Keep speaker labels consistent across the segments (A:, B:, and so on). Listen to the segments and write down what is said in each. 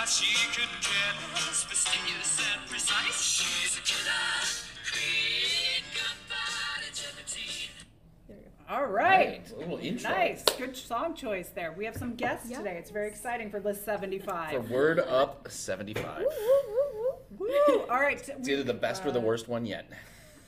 A: could care less, fastidious and precise. She's a killer queen, gunpowder gelatine.
B: All right.
C: A little intro.
B: Nice. Good song choice there. We have some guests
D: Yeah.
B: today. It's very exciting for List
C: For
B: 75.
C: Word Up 75.
B: Woo! All right.
C: It's
B: we-
C: either the best or the worst one yet.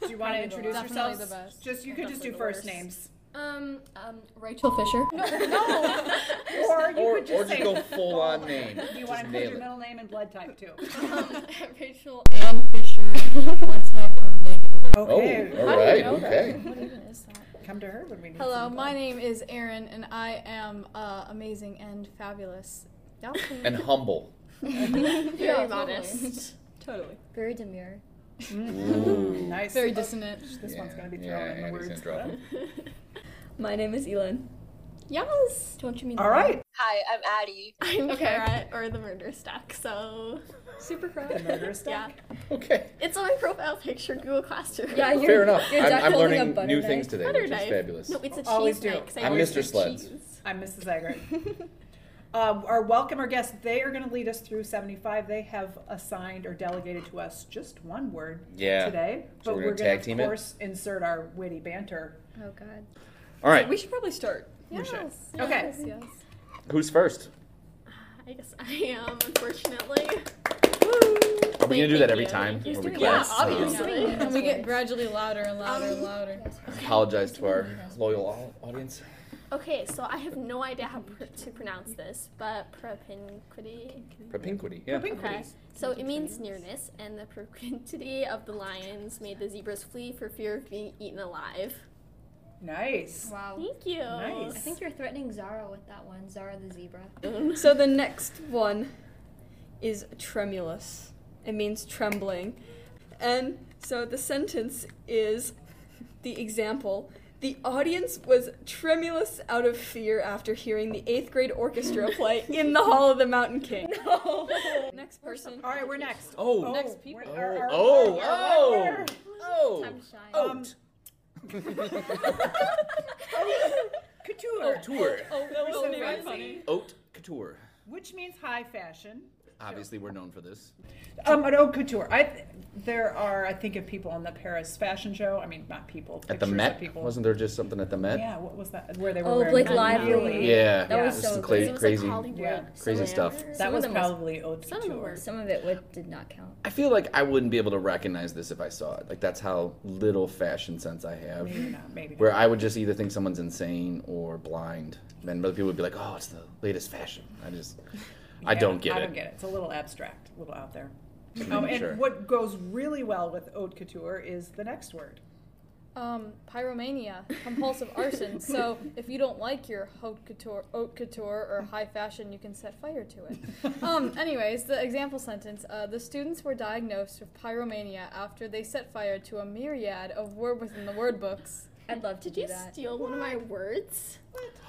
B: do you want to
D: Probably the
B: introduce
D: best.
B: yourselves?
D: Definitely the best.
B: Just you could just do
D: Definitely the
B: first
D: worst.
B: names,
D: Um, um, Rachel Fisher.
B: or you
C: Or, or
B: could just
C: just
B: say
C: go full on name.
B: you want to include
C: Just nail
B: your
C: it.
B: middle name and blood type too.
D: um, Rachel Ann Fisher. Blood type O negative.
C: Oh,
B: Okay.
C: all right, okay.
D: What even is that?
B: Come to her when we need.
E: Hello,
B: some
E: my
B: blood.
E: name is Erin, and I am uh, amazing and fabulous. Y'all can-
C: And humble.
D: Very modest.
E: totally.
D: Very demure.
C: Ooh.
B: Nice.
E: Very
B: Oh,
E: dissonant.
B: This
C: Yeah,
B: one's gonna be
C: yeah,
B: thrown in the
C: Andy's
B: words.
C: gonna drop it.
D: My name is Elon.
E: Yes.
D: Don't you mean
B: All right.
F: Hi, I'm Addie.
E: I'm
D: Okay.
E: Carrot or the murder stack. So
D: Super
B: The
D: cry.
B: murder
E: yeah,
B: stuff.
C: Okay.
E: it's on my profile picture, Google Classroom.
D: Yeah, you're,
C: Fair enough.
D: You're
C: I'm,
D: duck
C: I'm
D: holding a
C: learning
D: butter
C: new
D: knife.
C: things today,
E: butter
C: which is
E: knife.
C: fabulous.
E: No, it's a
B: Always
E: cheese
B: do.
E: knife. 'cause I
C: I'm
E: always
C: Mr.
E: do
C: Sleds.
E: cheese.
B: I'm Mrs. Eggert. Um, our welcome our guests. They are going to lead us through 75. They have assigned or delegated to us just one word
C: Yeah.
B: today,
C: So
B: but
C: we're gonna
B: we're going
C: tag
B: to
C: team
B: of
C: it?
B: course insert our witty banter.
D: Oh god.
C: All right,
F: We should probably start.
B: We should.
E: Yes,
B: Okay.
E: Yes. yes.
C: who's first?
E: I guess I am, unfortunately.
C: Are we
E: Thank-
C: going to do
E: thank
C: that every
E: you.
C: time?
E: He's
C: Are we
E: doing it.
C: class?
E: Yeah,
C: Uh,
E: obviously. Um,
D: And
E: we get
D: gradually louder and louder and louder.
C: Uh, Apologize to our loyal au- audience.
E: Okay, so I have no idea how pr- to pronounce this, but propinquity.
C: Propinquity. Yeah.
E: Okay. So it means nearness, and the propinquity of the lions made the zebras flee for fear of being eaten alive.
B: Nice.
G: Wow.
E: Thank you.
B: Nice.
D: I think you're threatening Zara with that one. Zara the zebra.
G: So the next one is tremulous. It means trembling. And so the sentence is the example. The audience was tremulous out of fear after hearing the eighth grade orchestra play in the Hall of the Mountain King. No. Next person.
B: All right, we're next.
C: Oh.
G: Next people.
B: we're-
C: Oh,
B: our- our- our-
C: oh, oh,
B: our-
C: oh,
D: Time to shine.
C: Oat.
B: couture,
C: Couture.
G: Oh, that
B: was so
G: very
B: fancy.
G: funny.
C: Haute couture.
B: which means high fashion.
C: Obviously, we're known for this.
B: Um, an haute couture. I th- there are I think of people on the Paris fashion show. I mean, not people.
C: At the
B: pictures of
C: Met,
B: people.
C: wasn't there just something at the Met?
B: Yeah, what was that? Where they were
D: Oh,
B: wearing
D: Blake
B: the
D: Lively.
B: really-
C: Yeah.
D: That was
C: Just
D: so
C: some
E: Because
D: good.
C: cla-
E: it was
C: crazy,
E: like Hollywood.
B: Yeah.
C: crazy stuff.
B: That
D: Some
B: was
D: of them was-
B: probably haute
E: Some of them
B: couture.
E: were.
D: Some of it would, did not count.
C: I feel like I wouldn't be able to recognize this if I saw it. Like that's how little fashion sense I have.
B: Maybe not. Maybe
C: Where I would just either think someone's insane or blind, and other people would be like, "Oh, it's the latest fashion." I just, I
B: Yeah,
C: don't get
B: I
C: it.
B: don't get it. It's a little abstract, a little out there.
C: Just
B: Um,
C: making
B: and
C: sure.
B: what goes really well with haute couture is the next word.
E: Um, pyromania, compulsive arson. So if you don't like your haute couture, haute couture or high fashion, you can set fire to it. Um, anyways, the example sentence: uh, The students were diagnosed with pyromania after they set fire to a myriad of word within the word books.
D: I'd love to
E: Did
D: do
E: you
D: that.
E: steal one of my words?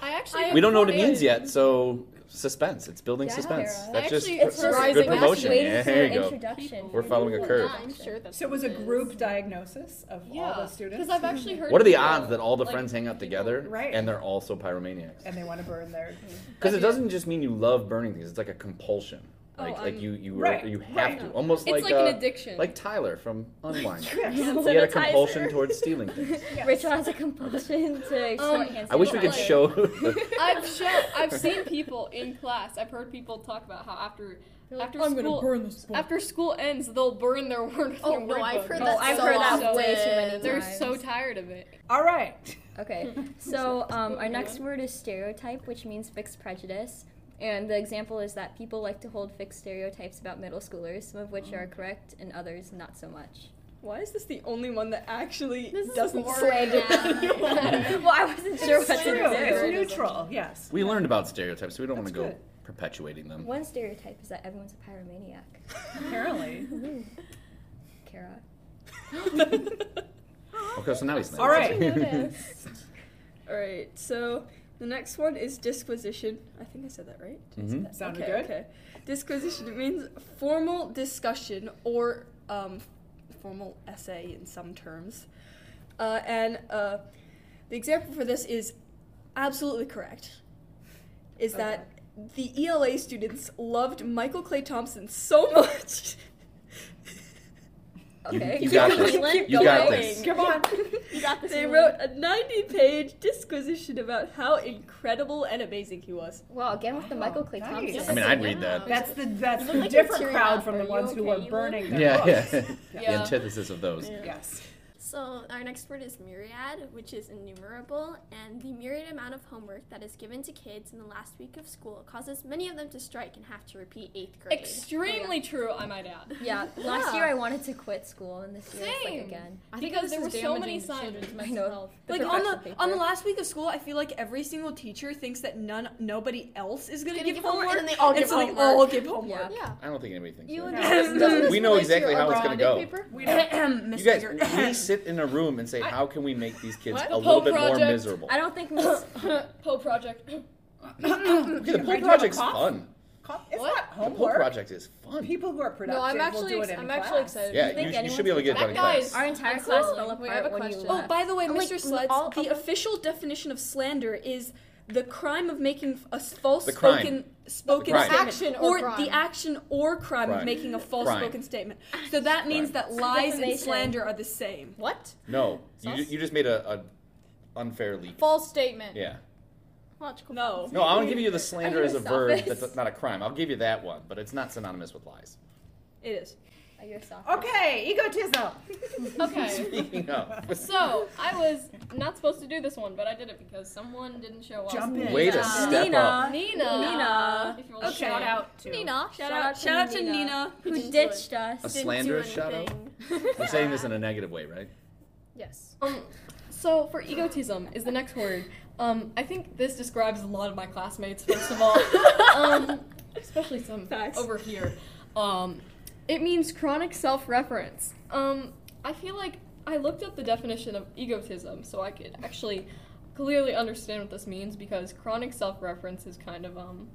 G: I actually
C: we don't know what it means yet, so suspense. It's building
D: Yeah,
C: suspense.
D: Vera.
C: That's just
E: Actually, it's
C: pr-
E: rising
C: good
E: up.
C: promotion.
D: Waiting
C: Yeah,
D: for
C: there
D: an
C: you go.
D: Introduction.
C: We're following a curve.
E: I'm sure that's
B: So it was a
E: what is.
B: group diagnosis of
G: Yeah,
B: all the students,
G: Because I've actually heard.
C: What are the
G: people,
C: odds that all the
G: like,
C: friends hang out together
B: Right.
C: and they're also pyromaniacs?
B: and they want to burn their.
C: Because it doesn't just mean you love burning things; it's like a compulsion.
G: Oh,
C: Like like
G: I'm-
C: you you
B: Right,
C: are, you have
B: right.
C: to almost
G: It's
C: like
G: like an
C: uh,
G: addiction.
C: like Tyler from Unwind.
B: Yes.
C: he had a compulsion towards stealing things.
D: Rachel has a compulsion to
G: Um,
D: hand
C: I wish we could
G: Like-
C: show. the-
G: I've show, I've seen people in class. I've heard people talk about how after after
E: I'm gonna
G: school
E: burn this book.
G: after school ends, they'll burn their word.
E: Oh,
G: their
E: no,
G: word
E: I've
G: book.
E: heard
D: Oh,
E: that
D: I've
E: so
D: heard that way too
E: often.
D: many
G: They're
D: times.
G: so tired of it.
B: All right.
D: Okay, so um, our next word is stereotype, which means fixed prejudice. And the example is that people like to hold fixed stereotypes about middle schoolers, some of which are correct and others not so much.
G: Why is this the only one that actually
E: This is
G: doesn't
E: boring.
G: slander?
D: well, I wasn't sure what
B: True.
D: to
B: It's
D: do.
B: neutral. Yes.
C: we learned about stereotypes. so We don't want to
B: That's
C: go
B: good.
C: perpetuating them.
D: One stereotype is that everyone's a pyromaniac.
B: Apparently.
D: Kara.
C: Okay, so now he's not.
B: All right.
G: All right, so the next one is disquisition. I think I said that right. Did I say
C: Mhm.
G: that?
B: Sounded
G: okay,
B: good.
G: Okay. Disquisition it means formal discussion or um, formal essay in some terms. Uh, and uh, the E example for this is absolutely correct. Is that
H: the ELA students loved Michael Clay Thompson so much.
D: Okay.
C: you got this.
D: Keep
C: You got
D: going.
C: this.
B: Come on.
D: You got this.
H: They
D: Emily.
H: wrote a 90 page disquisition about how incredible and amazing he was.
D: Wow, again with the
C: Oh,
B: Wow,
D: Michael Clay
B: nice.
D: Thompson.
C: I mean, I'd read that.
B: That's the that's
F: look
B: the
F: like you're
B: different
F: tearing
B: crowd
F: up.
B: from
F: Are
B: the
F: you
B: ones who
F: okay,
B: are
F: Elon?
B: burning their
C: Yeah, yeah.
B: books.
C: The antithesis of those.
B: Yes.
E: So our next word is myriad, which is innumerable, and the myriad amount of homework that is given to kids in the last week of school causes many of them to strike and have to repeat eighth grade.
G: Extremely true, I might add.
D: Yeah, last year I wanted to quit school, and this year it's
G: Same.
D: like again.
I: I think
G: Because
I: this
G: there were
I: is
G: so
I: damaging
G: many
I: to
G: signs.
I: children's
D: I
I: mental
D: know.
I: health.
H: like on the
D: perfection
H: on the
D: paper.
H: last week of school, I feel like every single teacher thinks that none nobody else is gonna,
F: Gonna
H: give,
F: give
H: homework,
F: homework, and then they all give
H: so
F: homework.
H: they all give homework.
D: Yeah.
I: Yeah.
C: I don't think anybody thinks
D: You
C: that.
D: and
C: We know exactly how it's going to go.
B: We don't
C: You guys, we sit in a room and say, how can we make these kids
G: What?
C: a
G: The
C: little
G: Pope
C: bit more
G: Project.
C: miserable?
D: I don't think Miss
G: Poe Project.
C: Okay, the
B: Are
C: Pope
B: you gonna
C: Project's
B: cough?
C: fun.
B: Cough- It's
I: What?
B: not
C: The Pope
B: homework.
C: Project is fun.
B: People who are productive
I: No, I'm
B: will
I: actually
B: do it in
I: I'm
B: class.
I: actually excited.
C: Yeah,
D: think
C: you, you should
D: anyone's
C: be able to get
D: gonna-
C: done in
G: That guy's-
C: class.
D: our entire class
G: Cool.
D: fell
I: Wait, I
D: apart
I: have a
D: when you
I: question.
H: Oh,
D: left.
H: by the way,
D: like,
H: Mr. Sleds,
D: all-
H: the official definition of slander is the crime of making f- a false
C: The crime.
H: spoken spoken
C: crime.
H: statement,
I: Action or crime.
H: the action or crime,
C: Crime.
H: of making a false
C: Crime.
H: spoken statement. So that means
C: Crime.
H: that lies and
D: Defamation.
H: slander are the same.
I: What?
C: No, you,
I: Sauce?
C: ju- you just made a, a unfair leap.
I: False statement.
C: Yeah.
G: Logical.
H: No.
C: No, I'll give you the slander
D: I'm
C: as a
D: gonna stop
C: verb
D: this.
C: that's not a crime. I'll give you that one, but it's not synonymous with lies.
H: It is.
D: Are you a sophomore?
B: Okay, egotism.
G: Okay.
C: Speaking of,
G: So I was not supposed to do this one, but I did it because someone didn't show up.
B: Jump in.
C: way to
B: Yeah.
C: step up.
G: Nina.
H: Nina.
G: If you will
B: Okay.
G: shout out.
B: to
I: Nina.
H: Shout, out, shout out to Nina.
D: Who ditched
C: A
D: us?
C: slanderous shout out. I'm saying this in a negative way, right?
I: Yes.
G: Um, so for egotism is the next word. Um, I think this describes a lot of my classmates. First of all, um, especially some
H: Facts.
G: over here. Um, it means chronic self-reference. Um, I feel like I looked up the definition of egotism so I could actually clearly understand what this means because chronic self-reference is kind of um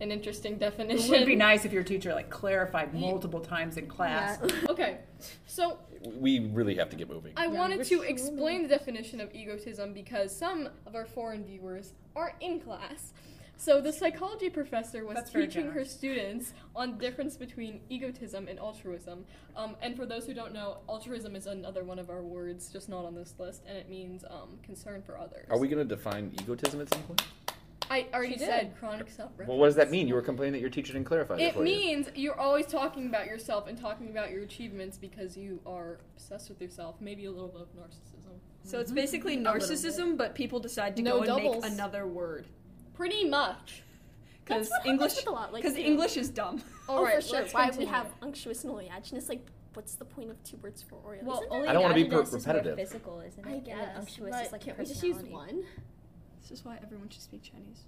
G: an interesting
B: It
G: definition.
B: would be nice if your teacher like clarified multiple times in class.
G: Okay, so
C: We really have to get moving.
G: I wanted to explain the definition of egotism because some of our foreign viewers are in class. So the psychology professor was
B: That's very
G: teaching her
B: generous.
G: students on the difference between egotism and altruism. Um, and for those who don't know, altruism is another one of our words, just not on this list, and it means um, concern for others.
C: Are we going to define egotism at some point?
G: I already
I: She did.
G: said chronic self.
C: Well, what does that mean? You were complaining that your teacher didn't clarify that
G: It
C: for you.
G: means you're always talking about yourself and talking about your achievements because you are obsessed with yourself. Maybe a little bit of narcissism. Mm-hmm.
H: So it's basically
G: little
H: narcissism, but people decide to
I: No
H: go and
I: doubles.
H: make another word
G: Pretty much.
H: because
E: what happens
H: English
E: with a lot, like,
H: because
E: you know-
H: English is dumb.
G: All
E: oh,
G: right,
E: for sure.
G: let's
E: Why
G: continue.
E: we have unctuous and oleaginous? Like, what's the point of two words for oreo?
D: Well,
E: Isn't there-
D: only
C: I don't wanna be
D: androgynous
C: per-
D: is more
C: repetitive.
D: Physical, isn't it?
E: I
D: And then
E: guess.
D: unctuous
E: but
D: is like
E: can't we just use
D: personality.
E: one?
H: This is why everyone should speak Chinese.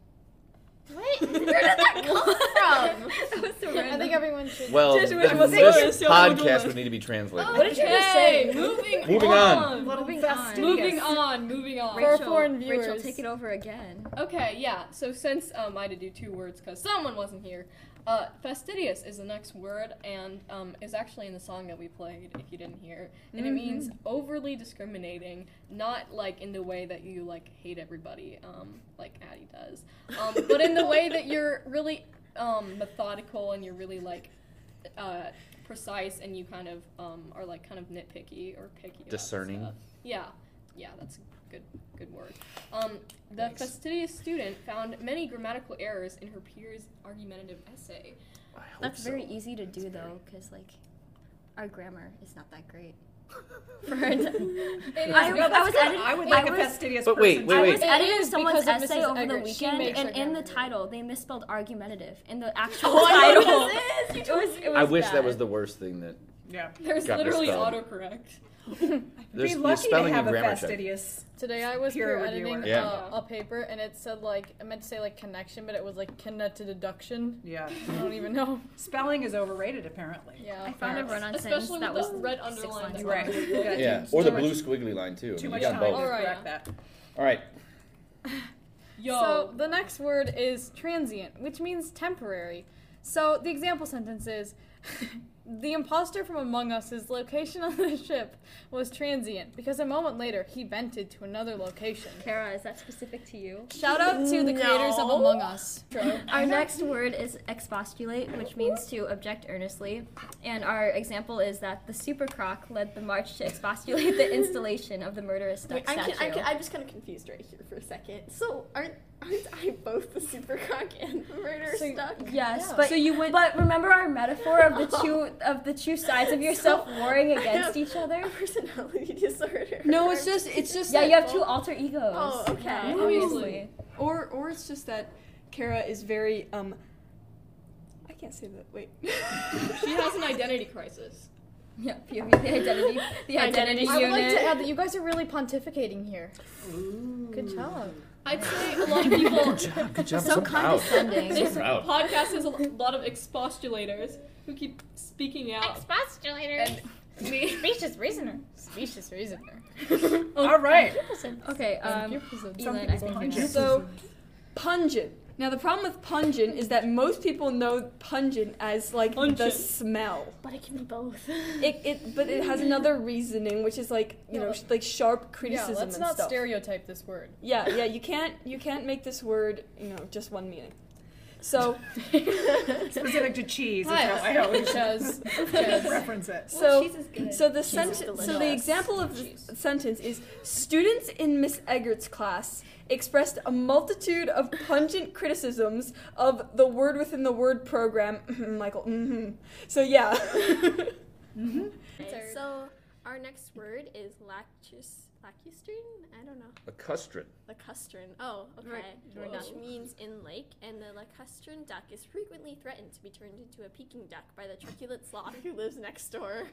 E: What? Where did that come from?
H: That was so
I: I think everyone should.
C: Well,
H: Just
C: th-
H: wish it was
C: this
H: yours, you'll
C: podcast
H: Google
C: would need to be translated.
G: What did you just say? Moving,
C: Moving on.
B: Little
D: Moving
B: fastidious.
G: Moving on, moving on.
I: Rachel- foreign
D: Rachel,
I: viewers.
D: take it over again.
G: Okay, yeah. So since um, I had to do two words because someone wasn't here, uh, fastidious is the next word and um, is actually in the song that we played. If you didn't hear, and
D: Mm-hmm.
G: it means overly discriminating, not like in the way that you like hate everybody, um, like Addie does, um, but in the way that you're really um, methodical and you're really like. Uh, precise and you kind of um, are like kind of nitpicky or picky about
C: Discerning.
G: stuff. yeah yeah that's a good good word um, the
C: Thanks.
G: fastidious student found many grammatical errors in her peer's argumentative essay.
C: I hope
D: That's
C: so.
D: very easy to do though, because like our grammar is not that great. For an- I,
B: No, that's
D: I was
B: good.
D: edit-
B: I would like
D: I
B: a
D: was-
B: fastidious
C: But
B: person.
C: wait, wait,
D: I
C: wait.
D: was
I: It
D: editing
I: is
D: someone's
I: because of
D: essay
I: Mrs.
D: over the
I: Eggert. She
D: weekend,
I: makes
D: and
I: her
D: in the
I: grammar.
D: title they misspelled argumentative in the actual
G: I know
D: title.
G: what
D: It was, it was
C: I wish that
D: bad.
C: was the worst thing that.
B: Yeah.
G: There's
C: Got
G: literally
C: misspelled.
G: autocorrect.
C: There's
B: Be
C: there's
B: lucky to
C: spelling
B: have
C: and
B: a
C: grammar check.
B: fastidious.
I: Today I was
B: Peer
I: peer
B: reviewer.
I: editing
C: Yeah.
I: uh, a paper and it said like I meant to say like connection, but it was like connect to deduction.
B: Yeah.
I: I don't even know.
B: Spelling is overrated apparently.
I: Yeah.
D: I found a run-on sentence
G: Especially
D: that
G: with
D: was
G: the red
D: six
G: underline.
D: lines
G: on
B: Right.
G: it.
B: You gotta
C: Yeah,
B: do
C: or the
B: too much-
C: blue squiggly line too. I
B: Too
C: mean,
B: much
C: you got
B: time to
C: both.
I: Alright.
B: correct that.
C: All right,
G: Yo.
I: So the next word is transient, which means temporary. So the example sentence is the imposter from Among Us, his location on the ship was transient because a moment later he vented to another location.
D: Kara, is that specific to you?
I: Shout out to the creators of Among Us.
D: Our next word is expostulate, which means to object earnestly. And our example is that the super croc led the march to expostulate the installation of the murderous duck
E: Wait, I'm,
D: statue.
E: con- I'm, con- I'm just kind of confused right here for a second. So aren't aren't I both the super croc and the murder
I: So-
E: stuck?
D: Yes, but
I: So you went-
D: But remember our metaphor of the two of the two sides of yourself
E: So,
D: warring
E: I
D: against
E: have
D: each other.
E: A personality disorder.
H: No, it's just it's just
D: Yeah,
H: that-
D: you have two alter egos.
E: Oh, okay.
H: Ooh.
D: Obviously.
H: or or it's just that Kara is very um. I can't say that. Wait.
G: She has an identity crisis.
D: Yeah, POV, the identity, the identity,
I: I would
D: unit.
I: like to add that you guys are really pontificating here. Good job.
G: I'd say a lot of people.
C: Good job. Good job.
D: So
C: I'm proud.
D: condescending.
C: I'm so proud.
G: podcast has a lot of expostulators who keep speaking out.
I: Expostulator.
G: Me.
I: Specious reasoner. Specious reasoner.
B: All right.
D: okay, um, Elon, I
B: people's
D: think you're
B: punches.
D: next.
H: So, pungent. Now the problem with pungent is that most people know pungent as like the
G: Pungent.
H: smell.
E: But it can be both.
H: It, it but it has another reasoning which is like you
I: Yeah,
H: know
I: let-
H: like sharp
I: Yeah,
H: criticism
I: let's
H: and
I: not
H: stuff.
I: stereotype this word.
H: yeah, yeah. You can't you can't make this word you know just one meaning. So
B: Specific to cheese is how I always
I: Because
B: reference it.
H: so
E: cheese is good.
H: so the
E: Cheese is
H: sentence so the
E: delicious.
H: example of the sentence is students in Miss Eggert's class expressed a multitude of pungent criticisms of the word within the word program Michael mhm. so yeah
E: Okay, so our next word is lactus lacustrine. I don't know.
C: A custard.
E: Lacustrine. Oh, okay. Which means in lake, and the lacustrine duck is frequently threatened to be turned into a Peking duck by the truculent sloth who lives next door.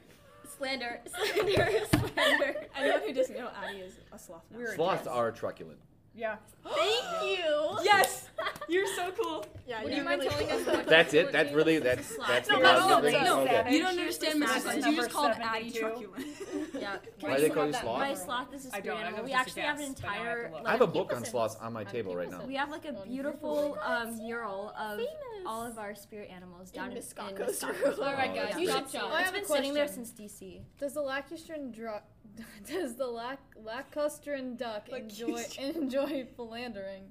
D: slander, slander, slander.
H: anyone who doesn't know Addie is a sloth now.
B: Weird.
C: Sloths are truculent.
B: Yeah.
E: Thank you.
H: yes you're so cool
E: Yeah,
D: Would
E: yeah.
D: you mind
E: really
D: telling
E: cool.
D: us what
C: That's it.
D: what
C: That's
D: means?
C: really
D: It's a
C: that's
D: slot.
C: that's
H: No,
C: the
H: but
C: amount
H: no,
C: of things.
H: no,
C: Okay.
H: you don't understand Mrs.
B: That's
H: Hudson. you
B: number
H: just called
B: 72.
H: Addie truculent
D: Yeah.
C: Why do they call you
D: My
C: sloth?
D: sloth is a
B: I don't, I
D: screamo.
B: was
D: We
B: just a
D: actually have an
B: guess, but now I have
D: entire.
B: to look.
D: like,
C: I have a book
D: people
C: on
D: sent-
C: sloths on my table right now.
D: We have like a beautiful um, mural of all of our spirit animals down
E: Miss
D: in, in
E: Scotco's
D: Scotland.
E: room.
G: All right,
C: Oh,
G: guys,
C: yeah.
G: you
C: You
G: stop,
E: should
G: stop.
I: I
D: It's
I: have a
D: been sitting there
I: question.
D: since DC.
I: Does the lacustrine dro- does the lac- lacustrine duck enjoy enjoy philandering?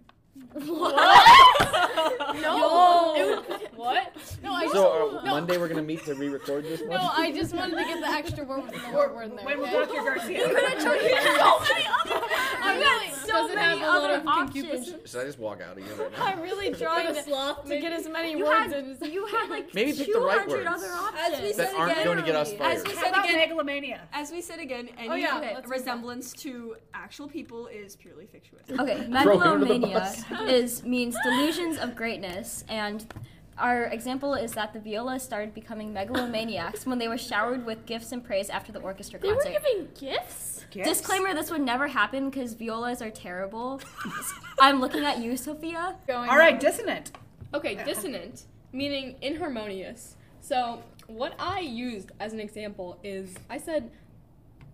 E: Oh!
G: No. what?
I: No, I just
C: So uh,
I: no,
C: Monday we're gonna meet to re-record this one.
I: no, I just wanted to get the extra word within the word word in there.
B: When will
I: okay?
B: Dr. Garcia?
I: I'm really, does it have a lot of concupiscence?
C: Should I just walk out of here right now?
I: I'm really trying to,
G: sloth.
I: to get as many
D: You
I: words
D: had,
I: in as
D: you had like
C: Maybe pick the right
D: 200
C: words.
D: other
H: As we
D: options.
H: said
C: That aren't
H: again,
C: going to get us
H: as
C: fired.
H: we
B: How
H: said
B: about
H: again,
B: megalomania?
H: as we said again, any
I: yeah,
H: re-
I: let's move on.
H: resemblance to actual people is purely fictitious.
D: Okay,
C: Throw him under the
D: megalomania is means delusions of greatness, and our example is that the violas started becoming megalomaniacs when they were showered with gifts and praise after the orchestra
E: They were
D: concert.
E: giving gifts.
B: Gifts?
D: Disclaimer: This would never happen because violas are terrible. I'm looking at you, Sophia.
I: going.
B: All right, dissonant.
G: Okay, dissonant, meaning inharmonious. So, what I used as an example is I said,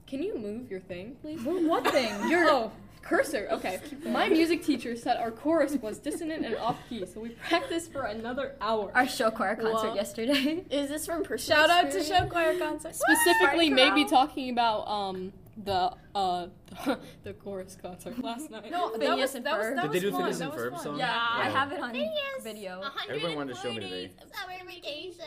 G: Can you move your thing, please?
I: Well, What thing?
G: Your
I: oh,
G: cursor, okay. My music teacher said our chorus was dissonant and off key, so we practiced for another hour.
D: Our show choir concert
E: Whoa.
D: yesterday.
E: Is this from personal
I: shout out to show
E: experience?
I: choir concert.
G: Specifically,
E: Right,
G: maybe
E: girl?
G: talking about um the uh the chorus concert last night.
I: No, that
D: Phineas
I: was,
D: and
I: that was,
D: Ferb.
I: that
C: Did they
I: was
C: do
I: fun.
C: Phineas
I: That
C: and
I: was
C: Ferb
I: fun.
C: song?
D: Yeah, I
C: Yeah.
D: have it on video.
C: Everyone wanted to show me today.
E: Summer vacation.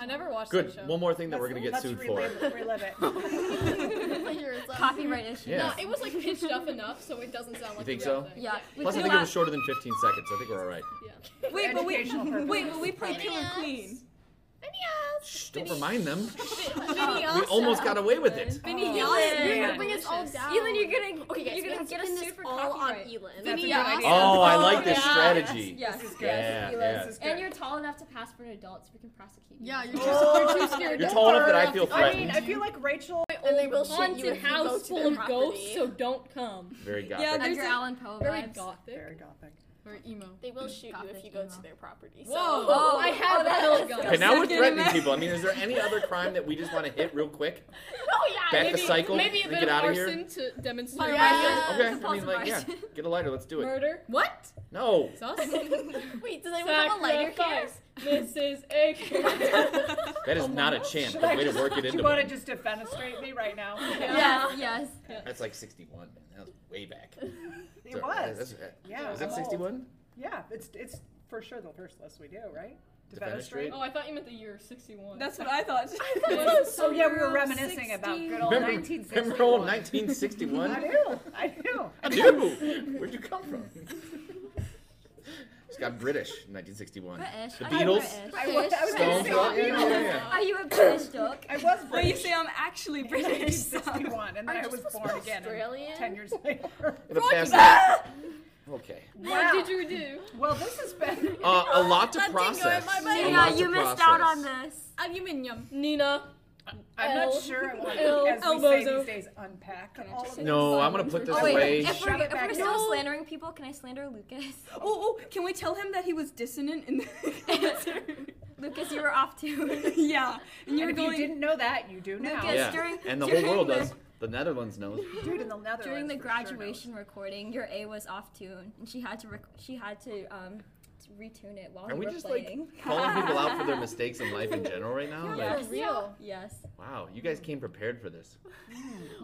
I: I never watched that
C: Good.
I: show.
C: One more thing that we're gonna get
B: Let's
C: sued for.
B: relive, it- relive it.
E: Plagiarism.
D: Copyright issue.
C: Yeah.
G: it was like pitched up enough so it doesn't sound like
C: think
G: the real
C: so?
G: thing.
D: Yeah. we
C: Plus, I
D: could
C: think it
D: laugh.
C: was shorter than 15 seconds. I think we're all right.
H: Wait, but we
B: Educational purpose.
H: wait, but we played Killer
E: Phineas.
H: Queen.
C: Shh, don't remind them.
I: Phineas.
C: We almost got away with it.
E: You're
B: Oh, Yeah.
E: gonna bring us all down.
D: Elon, you're gonna
E: Okay, guys,
D: you're
E: we
D: gonna
E: have to
D: get us
E: pin this
D: super
E: all on
D: copyright.
E: Elon.
B: That's a good
I: Yeah.
B: idea.
C: Oh, I like this
I: yeah.
C: strategy.
D: Yes.
B: This is good.
C: Yeah,
B: This
C: yeah.
B: is good.
D: And you're tall enough to pass for an adult, so we can prosecute you.
I: Yeah, you're too, you're too scared.
C: You're
I: Don't
C: tall enough
I: burn
C: that I
I: up
C: feel
I: the-
B: I mean,
C: threatened.
B: I feel like Rachel.
E: And they will shoot you
G: Haunted
E: if you go
G: house
E: to their
G: full of ghosts,
E: property.
G: so don't come.
C: Very gothic.
H: Yeah, there's
D: Edgar
H: a,
D: Allan Poe
G: Very
D: vibes.
G: gothic.
B: Very gothic.
I: Or emo.
E: They will shoot you if you go to their property. So.
I: Whoa!
D: Oh,
I: I have
D: oh, that
I: hella
D: is
I: guns.
C: Okay, now we're threatening
H: Second amendment.
C: people. I mean, is there any other crime that we just want to hit real quick?
E: Oh yeah.
C: Back
G: Maybe,
C: the cycle
G: maybe a
C: and
G: bit
C: get
G: of
C: out of
G: arson
C: here.
G: to demonstrate
E: Yeah.
C: Okay, I mean,
D: Compulsive
C: like, yeah,
D: arson.
C: get a lighter. Let's do it.
G: murder.
I: What?
C: No,
I: Sauce?
E: Wait, does anyone have a lighter here?
G: Sacrifice. Mrs. Akers.
C: That is not a chance.
B: Should
C: The
B: I
C: way to
B: just-
C: work it
B: Do
C: into
B: you want to
C: one.
B: just defenestrate me right now?
D: Yes, yes.
C: That's like 61, man. That was way back.
B: It was.
C: That's, that-
B: Yeah.
C: was that
B: I'm old.
C: 61?
B: Yeah, it's it's for sure the first list we do, right?
C: Defenestrate?
G: oh, I thought you meant the year 61.
H: That's what I thought.
B: Oh yeah, we were reminiscing about good old
C: Remember,
B: 1961.
C: remember old
B: I
C: 1961?
B: do. I do.
C: I do. Where'd you come from? Just got British in 1961.
D: British.
C: The
D: I
C: Beatles?
D: am
B: I
D: British.
B: was, I was gonna
C: Stones?
B: say
C: Yeah,
B: Beatles.
C: yeah, yeah.
D: Are you a British dog?
B: I was
H: Well, you
B: British
H: say I'm actually
B: in
H: British. so-
B: 1961, and then I was born again
E: Australian?
B: ten years later.
C: The past- okay.
G: What did you do?
B: Well, this has been
C: Uh, a lot to
E: That didn't go in
C: process.
E: my
C: A lot
E: brain.
D: Yeah,
C: to
D: you missed
C: process.
D: out on this.
I: I'm human yum.
G: Nina.
B: I'm not
G: El-
B: sure I want
G: el-
B: to, as we
G: elbows
B: say these
G: over.
B: days, unpack all of this.
C: No, I'm gonna put this
D: Oh,
C: away.
D: wait,
B: Shut
D: if we're,
B: it
D: if
B: back
D: we're still
B: down.
D: slandering people, can I slander Lucas?
H: Oh, oh, can we tell him that he was dissonant in the
D: Lucas, you were off too.
H: Yeah. And
B: And
H: you were
B: if you
H: going
B: didn't know that, you do now.
D: Lucas,
C: yeah,
D: during-
C: and the
D: during
C: whole world
D: the-
C: does. The Netherlands knows.
B: Dude, in the Netherlands.
D: During the
B: for sure knows.
D: graduation recording, your A was off tune, and she had to rec- she had to um to retune it while
C: Are
D: we
C: we
D: were
C: just
D: playing.
C: like calling people out for their mistakes in life in general right now? Like,
D: Yes.
E: real.
D: Yes.
C: wow, you guys came prepared for this.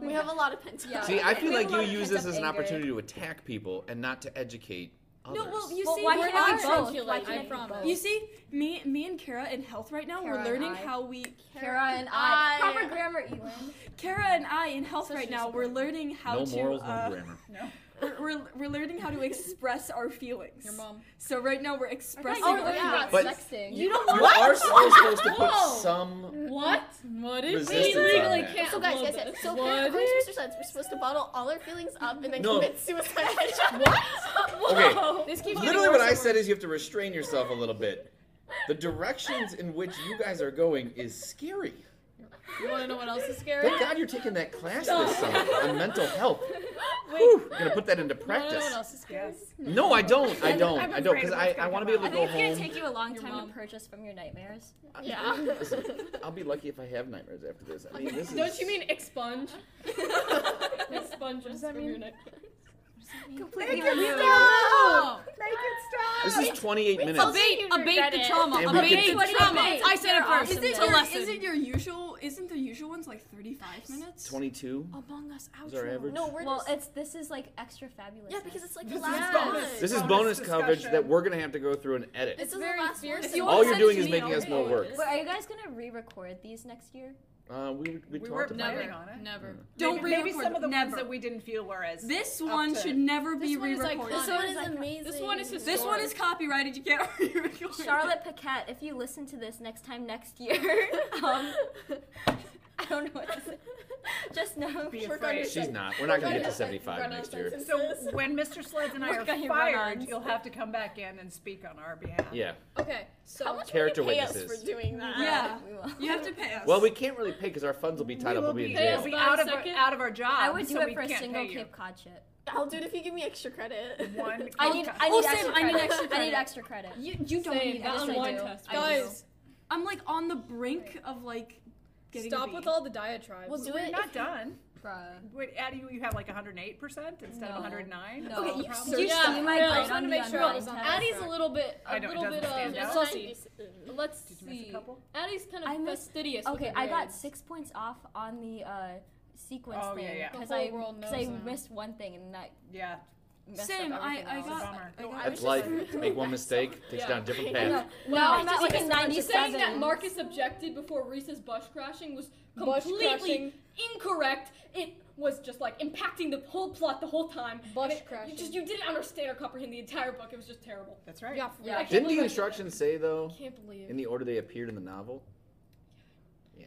E: We have a lot of pent
D: Yeah.
E: up.
C: See, I
D: We
C: feel
D: have
C: like
D: a
C: you
D: lot of
C: use this
D: pent-up
C: as an
D: anger.
C: opportunity to attack people and not to educate others.
H: No, well, you
D: Well,
H: see,
D: why
H: we're
D: can't I
H: not
D: both? Why
H: articulating.
D: can't I both?
H: You see, me, me and Kara in health right now,
D: Kara
H: we're
D: and
H: learning
D: I.
H: how we.
D: Kara and I.
E: I-
D: Proper grammar, Elin.
H: Kara and I in health right now, we're learning how
C: no
H: to.
C: morals,
H: uh,
C: no grammar.
H: we're, we're, we're learning how to express our feelings.
G: Your mom.
H: So right now we're expressing.
E: you were
H: our
E: learning
H: feelings.
E: about
C: But-
G: sexting.
H: You don't
C: You
H: want.
C: are still supposed to put
G: Whoa.
C: some.
G: What? What did we
C: Resistance on
G: legally
C: that.
G: can't
E: So guys,
G: upload
E: guys, guys,
G: this.
E: so
G: what?
E: apparently we're sister sons. We're supposed to bottle all our feelings up and then
C: No.
E: commit suicide. what?
C: Okay.
G: This keeps
C: Literally, what I said is you have to restrain yourself a little bit. The directions in which you guys are going is scary.
G: You want to know what else is scary?
C: Thank God you're taking that class this summer on mental health. Whew, I'm gonna put that into
G: You wanna know
C: practice.
G: what else is scary?
B: Yes.
C: No, I don't. I don't.
B: I'm
C: I don't
B: afraid
C: because
B: of
C: I,
B: what's
C: I
B: gonna
C: want to be
B: come
C: able to
D: I
C: go
D: think it's
C: home.
D: gonna take you a long
G: Your
D: time
G: mom.
D: to purchase from your nightmares.
E: Yeah.
C: Listen, I'll be lucky if I have nightmares after this. I mean, this is.
G: Don't you mean expunge? Expunge is from your neck.
D: Completely removed.
B: Make it stop.
C: This is 28 minutes.
H: Abate,
E: you regret
H: abate the
E: it.
H: trauma.
C: Damn, we
H: abate
C: did-
H: the trauma.
D: Abate.
H: I said it
D: They're
H: first.
D: awesome.
H: Isn't
D: It's a
H: your,
D: lesson.
H: isn't your usual? Isn't the usual ones like thirty-five minutes?
C: 22
H: Among Us outro.
C: is our average.
E: No, we're
D: Well,
E: just.
D: it's this is like extra fabulous.
E: Yeah, because it's like the
B: This is
E: last
B: bonus.
E: one.
C: This is bonus
B: Bonus
C: coverage
B: discussion.
C: that we're gonna have to go through and edit.
E: This is the
I: very
E: last
I: fierce.
E: one.
I: You
C: All
I: always
C: you're
I: send it
C: doing
I: to
C: is
I: me,
C: making
I: I'll
C: us more
I: read
C: work.
G: it.
D: Wait, are you guys gonna re-record these next year?
C: Uh, we
B: We
C: we,
B: were
C: talked about
B: planning
C: it.
B: on it.
I: Never.
H: Don't
B: maybe, maybe
H: re-record.
B: some of the
H: Never.
B: ones that we didn't feel were as.
H: This
B: Up
H: one
B: to-
H: should never be
I: This one is iconic.
H: re-recorded.
E: This one is amazing.
G: This one is
E: just.
H: This one
G: historic.
H: is copyrighted. You can't re-record.
D: Charlotte Paquette, if you listen to this next time next year, um, I don't know what to say. Just know.
B: be
E: We're
B: afraid.
E: gonna-
C: She's not. We're not gonna get to
E: Like,
C: 75
E: run
C: next
E: on
C: year.
E: sentences.
B: So when Mr. Sleds and I are
D: Okay, run-ons.
B: fired, you'll have to come back in and speak on our behalf.
C: Yeah.
I: Okay, so
E: How much
C: Character
E: would you pay us
C: witnesses.
E: for doing that?
H: Yeah,
D: We will.
H: you have to pay us.
C: Well, we can't really pay because our funds will be tied
B: We
C: up. We'll
B: will
C: be in
B: be,
C: jail.
B: we'll be
G: Yes,
B: out of our,
G: second.
B: out of our jobs.
D: I would do
B: so
D: it
B: we
D: for a
B: can't
D: single
B: pay you.
D: Cape Cod shit.
E: I'll do it if you give me extra credit.
B: One.
D: I need, I need,
H: Oh, Sam,
D: extra,
H: I need
D: credit.
H: extra
D: I need
H: credit.
D: extra credit.
H: you, you don't
G: Same,
H: need
G: that
H: us.
D: yes,
G: on
D: I
G: one
D: do.
G: test.
D: I do.
I: guys,
H: I'm like on the brink of like getting. a
I: stop
H: B.
I: with all the diatribes.
E: We'll do
B: We're
E: it.
B: not done.
D: Bruh.
B: Wait, Addie, you have like 108 percent instead
D: No.
B: of 109.
D: No.
H: Okay, you
D: Problem.
H: searched
D: you
H: Yeah,
D: see my
G: yeah, I
D: grade
G: just
D: on
G: wanna
D: the
G: make sure I
D: online
I: was on
D: test.
G: Addie's a little bit,
B: I
G: a
B: know, it
G: little bit
B: doesn't
G: of.
B: stand out.
G: Let's see. Let's
B: Did you miss a
G: see.
B: couple?
G: Addie's kind of
D: I miss-
G: fastidious. with
D: Okay,
G: her
D: I got
G: grades.
D: six points off on the uh, sequence
B: Oh, yeah,
D: thing
B: yeah.
D: because
G: The whole
D: I
G: world
D: because
G: knows
D: I
G: now.
D: missed one thing and that
B: Yeah.
D: messed
H: Same.
D: up
H: I,
D: everything
H: I
D: else.
B: a
H: got.
B: bummer.
H: I got
C: That's life. Make one mistake, takes
G: Yeah.
C: you down a different
D: I
C: path.
D: know. Now
E: I
D: I'm at
E: just
D: like a
E: missed a bunch of
G: Saying
D: 97.
G: that Marcus objected before Reese's bush crashing was
I: Bush
G: completely
I: crashing.
G: incorrect. It was just like impacting the whole plot the whole time.
I: Bush
G: And it-
I: crashing.
G: You just you didn't understand or comprehend the entire book. It was just terrible.
B: That's right.
I: Yeah, for
G: Yeah.
I: real.
C: Didn't the instructions say though,
G: I can't believe.
C: in the order they appeared in the novel? Yeah,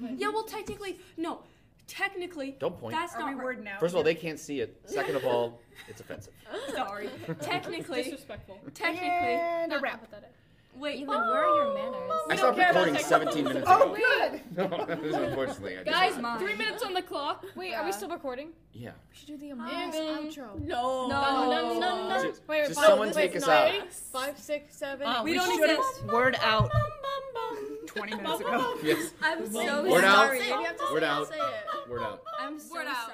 C: I mean,
H: Yeah. Well, technically, no. Technically,
C: don't point.
H: that's
B: Are
H: not
B: we
H: right.
B: wording out?
C: First of all,
B: here?
C: they can't see it. Second of all, it's offensive.
H: Sorry. technically,
G: disrespectful.
H: technically.
B: And a
I: Not
B: wrap.
I: apathetic.
H: Wait.
D: Ethan, where are your manners?
C: I stopped
G: care about
C: recording
G: technical
C: 17 minutes
B: Oh,
C: ago.
B: good.
C: No, unfortunately, I did
G: Guys,
C: not.
G: three minutes on the clock. Uh,
I: Wait, are we still recording?
C: yeah.
H: We should do the
G: And then-
I: No.
E: Oh,
G: No, no, no, no.
C: Just,
I: Wait,
C: just
I: five-
C: someone
I: wait,
C: take us
I: nine,
C: out.
I: Five, six, seven.
B: Uh,
I: eight.
H: We don't
B: should've
H: exist.
B: Word out. 20 minutes ago.
C: Yes,
H: I'm so
C: We're
H: sorry.
C: out.
E: Say it, you have to
C: Word
E: say
C: out.
E: It, say it.
C: Word out.
H: I'm so
D: Word out.